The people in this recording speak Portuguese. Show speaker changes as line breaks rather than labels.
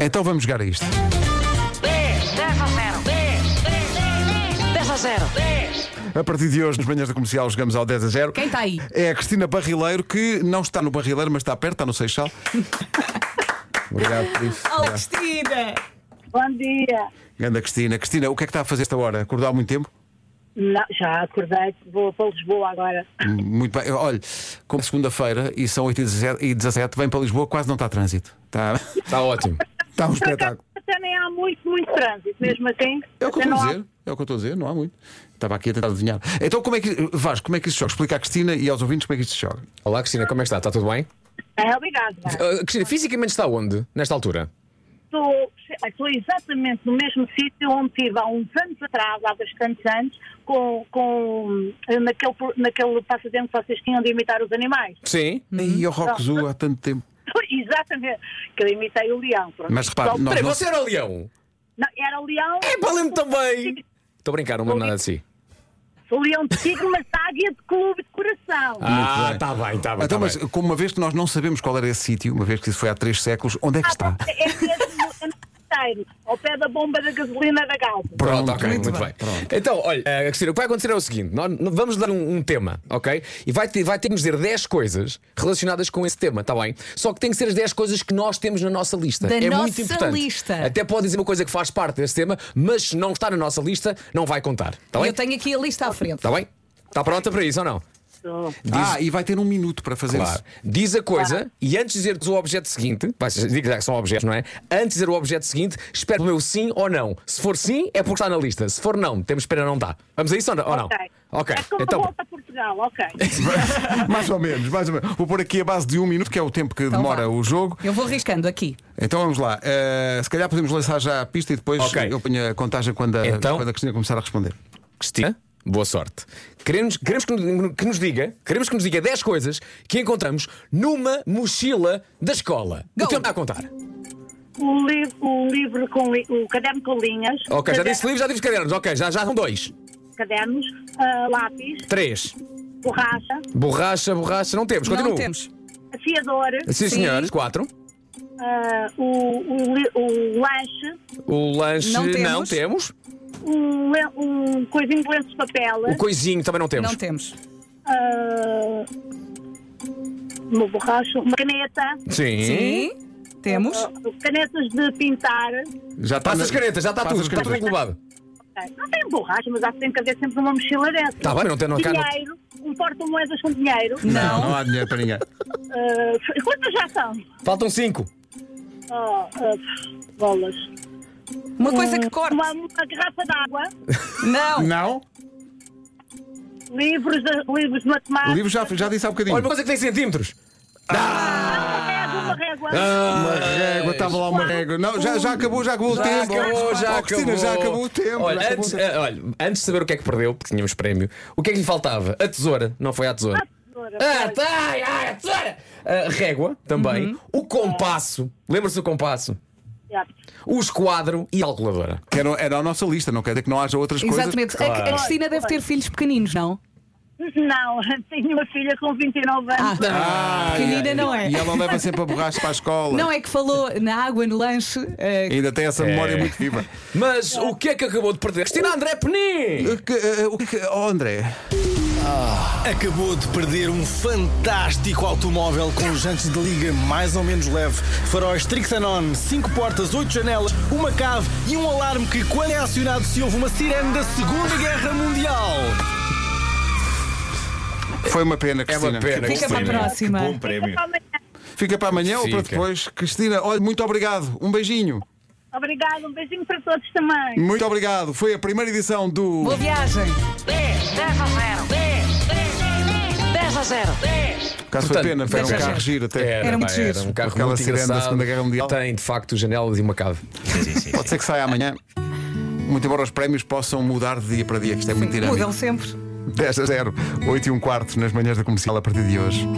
Então vamos jogar a isto.
10, 10 a 0. 10, 10, 10 a 0. 10.
A partir de hoje, nas manhãs da comercial, jogamos ao 10 a 0.
Quem está aí?
É a Cristina Barrileiro, que não está no Barrileiro, mas está perto, está no Seixal. Obrigado por isso.
Olá, Oh, Cristina!
Bom dia.
Anda, Cristina. Cristina, o que é que está a fazer esta hora? Acordou há muito tempo?
Não, já acordei, vou para Lisboa agora.
Hum, Muito bem. Olha, como é segunda-feira e são 8 e 17 e 17, vem para Lisboa, quase não está trânsito. Está,
Está Tá ótimo.
está um
Por acaso,
espetáculo.
até nem há muito, muito trânsito, mesmo assim.
É o que eu estou
até
a
não
dizer. É o que eu estou a dizer, não há muito. Estava aqui a tentar adivinhar. Então, como é que. Vasco, como é que isto se joga? Explica à Cristina e aos ouvintes como é que isto se joga.
Olá, Cristina, como é que está? Está tudo bem?
Há... É, obrigado. Vasco.
Ah, Cristina, fisicamente está onde, nesta altura?
Estou, estou exatamente no mesmo sítio onde estive há uns anos atrás, há bastantes anos, com, com, eh, naquele, naquele passatempo que vocês tinham de imitar os animais.
Sim.
E ao Rock Zoo há tanto tempo.
exatamente, que eu imitei o leão. Pronto.
Mas repare,
Só-
nós-
Peraí,
não-
você era o leão?
Não, era o leão. um
É, pá, lembro também. Estou a brincar, não me lembro nada de si.
Sou leão de tigre, um mas águia de clube de coração.
Ah, está bem, está bem.
Então,
tá
mas
bem.
como uma vez que nós não sabemos qual era esse sítio, uma vez que isso foi há três séculos, onde é que está?
É mesmo é no terceiro, ao pé da bomba da gasolina da Galpa.
Pronto, ok, muito, bem.
Pronto.
Então, olha, ah, Cristina, o que vai acontecer é o seguinte: nós nós vamos dar um, um tema, ok? E vai ter, vai ter que nos dizer 10 coisas relacionadas com esse tema, está bem? Só que tem que ser as 10 coisas que nós temos na nossa lista.
Da
é
nossa
muito importante.
lista.
Até pode dizer uma coisa que faz parte desse tema, mas se não está na nossa lista, não vai contar, está bem?
Eu tenho aqui a lista à frente.
Está bem? Está pronta para isso ou não?
Ah, e vai ter um minuto para fazer
Claro.
isso.
Diz a coisa e antes de dizeres o objeto seguinte, vai, diga já que são objetos, não é? Antes de dizer o objeto seguinte, espero pelo meu sim ou não. Se for sim, é porque está na lista. Se for não, temos pena não dá. Vamos a isso ou não? ou não?
Ok.
Ok.
É como
Então,
volta a Portugal, ok.
mais ou menos, mais ou menos. Vou pôr aqui a base de um minuto, que é o tempo que
Então
demora
vá.
o jogo.
Eu vou arriscando aqui.
Então vamos lá. Eh, se calhar podemos lançar já a pista e depois
Ok.
eu ponho a contagem quando a,
Então?
quando a Cristina começar a responder.
Cristina, boa sorte. Queremos, queremos que, nos- que nos diga, queremos que nos diga 10 coisas que encontramos numa mochila da escola.
Go.
O tempo está a contar.
O livro, o livro com li- o caderno com linhas.
Ok, já
caderno-
disse livro, já disse cadernos. Ok, já, já são dois.
Cadernos, ah, lápis,
Três.
borracha,
Borracha, borracha, não temos. Continua.
Não temos.
afiador,
Sim, senhores. Quatro.
ah, o, o, li- o lanche,
O lanche
Não temos.
não temos.
um, le- um coisinho de lenço de papel,
O coisinho também não temos.
Não temos.
ah, uma borracha, uma caneta,
Sim.
Sim. Temos.
ah, canetas de pintar.
Já tá está
Passa
na-
as canetas, já está
Passa
tudo,
as
está tudo
canetas.
englobado.
Ok. É. Não tem borracha, mas há que tem que haver sempre uma mochila dessa.
Tá bem, não tem- Hum. não-
Dinheiro, um porta-moedas com dinheiro.
Não,
Não.
não há dinheiro para ninguém.
Ah, quantas já são?
Faltam cinco.
Oh, ah, bolas.
Uma coisa que corta.
Uma, uma garrafa de água,
Não.
Não?
livros de, livros de
O
matemática,
livro já, já disse há bocadinho.
Olha, uma coisa que tem centímetros.
uma régua, uma régua.
Ah.
Uma régua, estava lá uma régua. Não, já, já acabou, já acabou o
Já
tempo.
acabou, já
Oh, Cristina,
acabou.
já acabou o tempo.
Olha,
já acabou
antes,
o tempo.
ah, olha, antes de saber o que é que perdeu, porque tínhamos prémio, o que é que lhe faltava? A tesoura. Não foi a tesoura.
tesoura,
Ah, Uhum.
pois.
tá, ai, ai, a tesoura. A régua também. O compasso. Lembra-se do compasso?
Já.
O esquadro e a calculadora.
Que era, era a nossa lista, não quer dizer que não haja outras
Exatamente.
coisas.
A- A Cristina deve ter filhos pequeninos, não?
Não, tenho uma filha com 29 anos.
Ah,
Pequenina
e-
não é.
E ela leva sempre a borracha para a escola.
Não é que falou na água, no lanche. eh,
Ainda tem essa memória
É.
muito viva.
Mas o que é que acabou de perder? Cristina André Penin!
O que, eh, o que é que- oh, André,
Acabou de perder um fantástico automóvel com jantes de liga mais ou menos leve, faróis Trixanon, 5 portas, 8 janelas, uma cave e um alarme que, quando é acionado, se ouve uma sirene da Segunda Guerra Mundial.
foi uma pena,
É
Cristina.
uma pena.
Fica para a
Cristina.
próxima.
Até amanhã.
Fica para amanhã ou para
Fica.
depois. Cristina, olha, muito obrigado. Um beijinho.
Obrigada, um beijinho para todos também.
Muito obrigado. Foi a primeira edição do.
Boa viagem.
10, 10 a 0. 10, 10 a 0. 10.
Caso foi
Portanto,
pena, foi um
deixa-
carro giro até.
Era,
Era muito
pá,
giro.
era um carro
Aquela
muito
sirene da
engraçado.
Segunda Guerra Mundial.
Tem, de facto, janelas e uma cave.
Pode ser que saia amanhã. Muito embora os prémios possam mudar de dia para dia, que isto é muito dinâmico.
Mudam sempre.
10 a 0, 8 e um quarto nas manhãs da comercial a partir de hoje.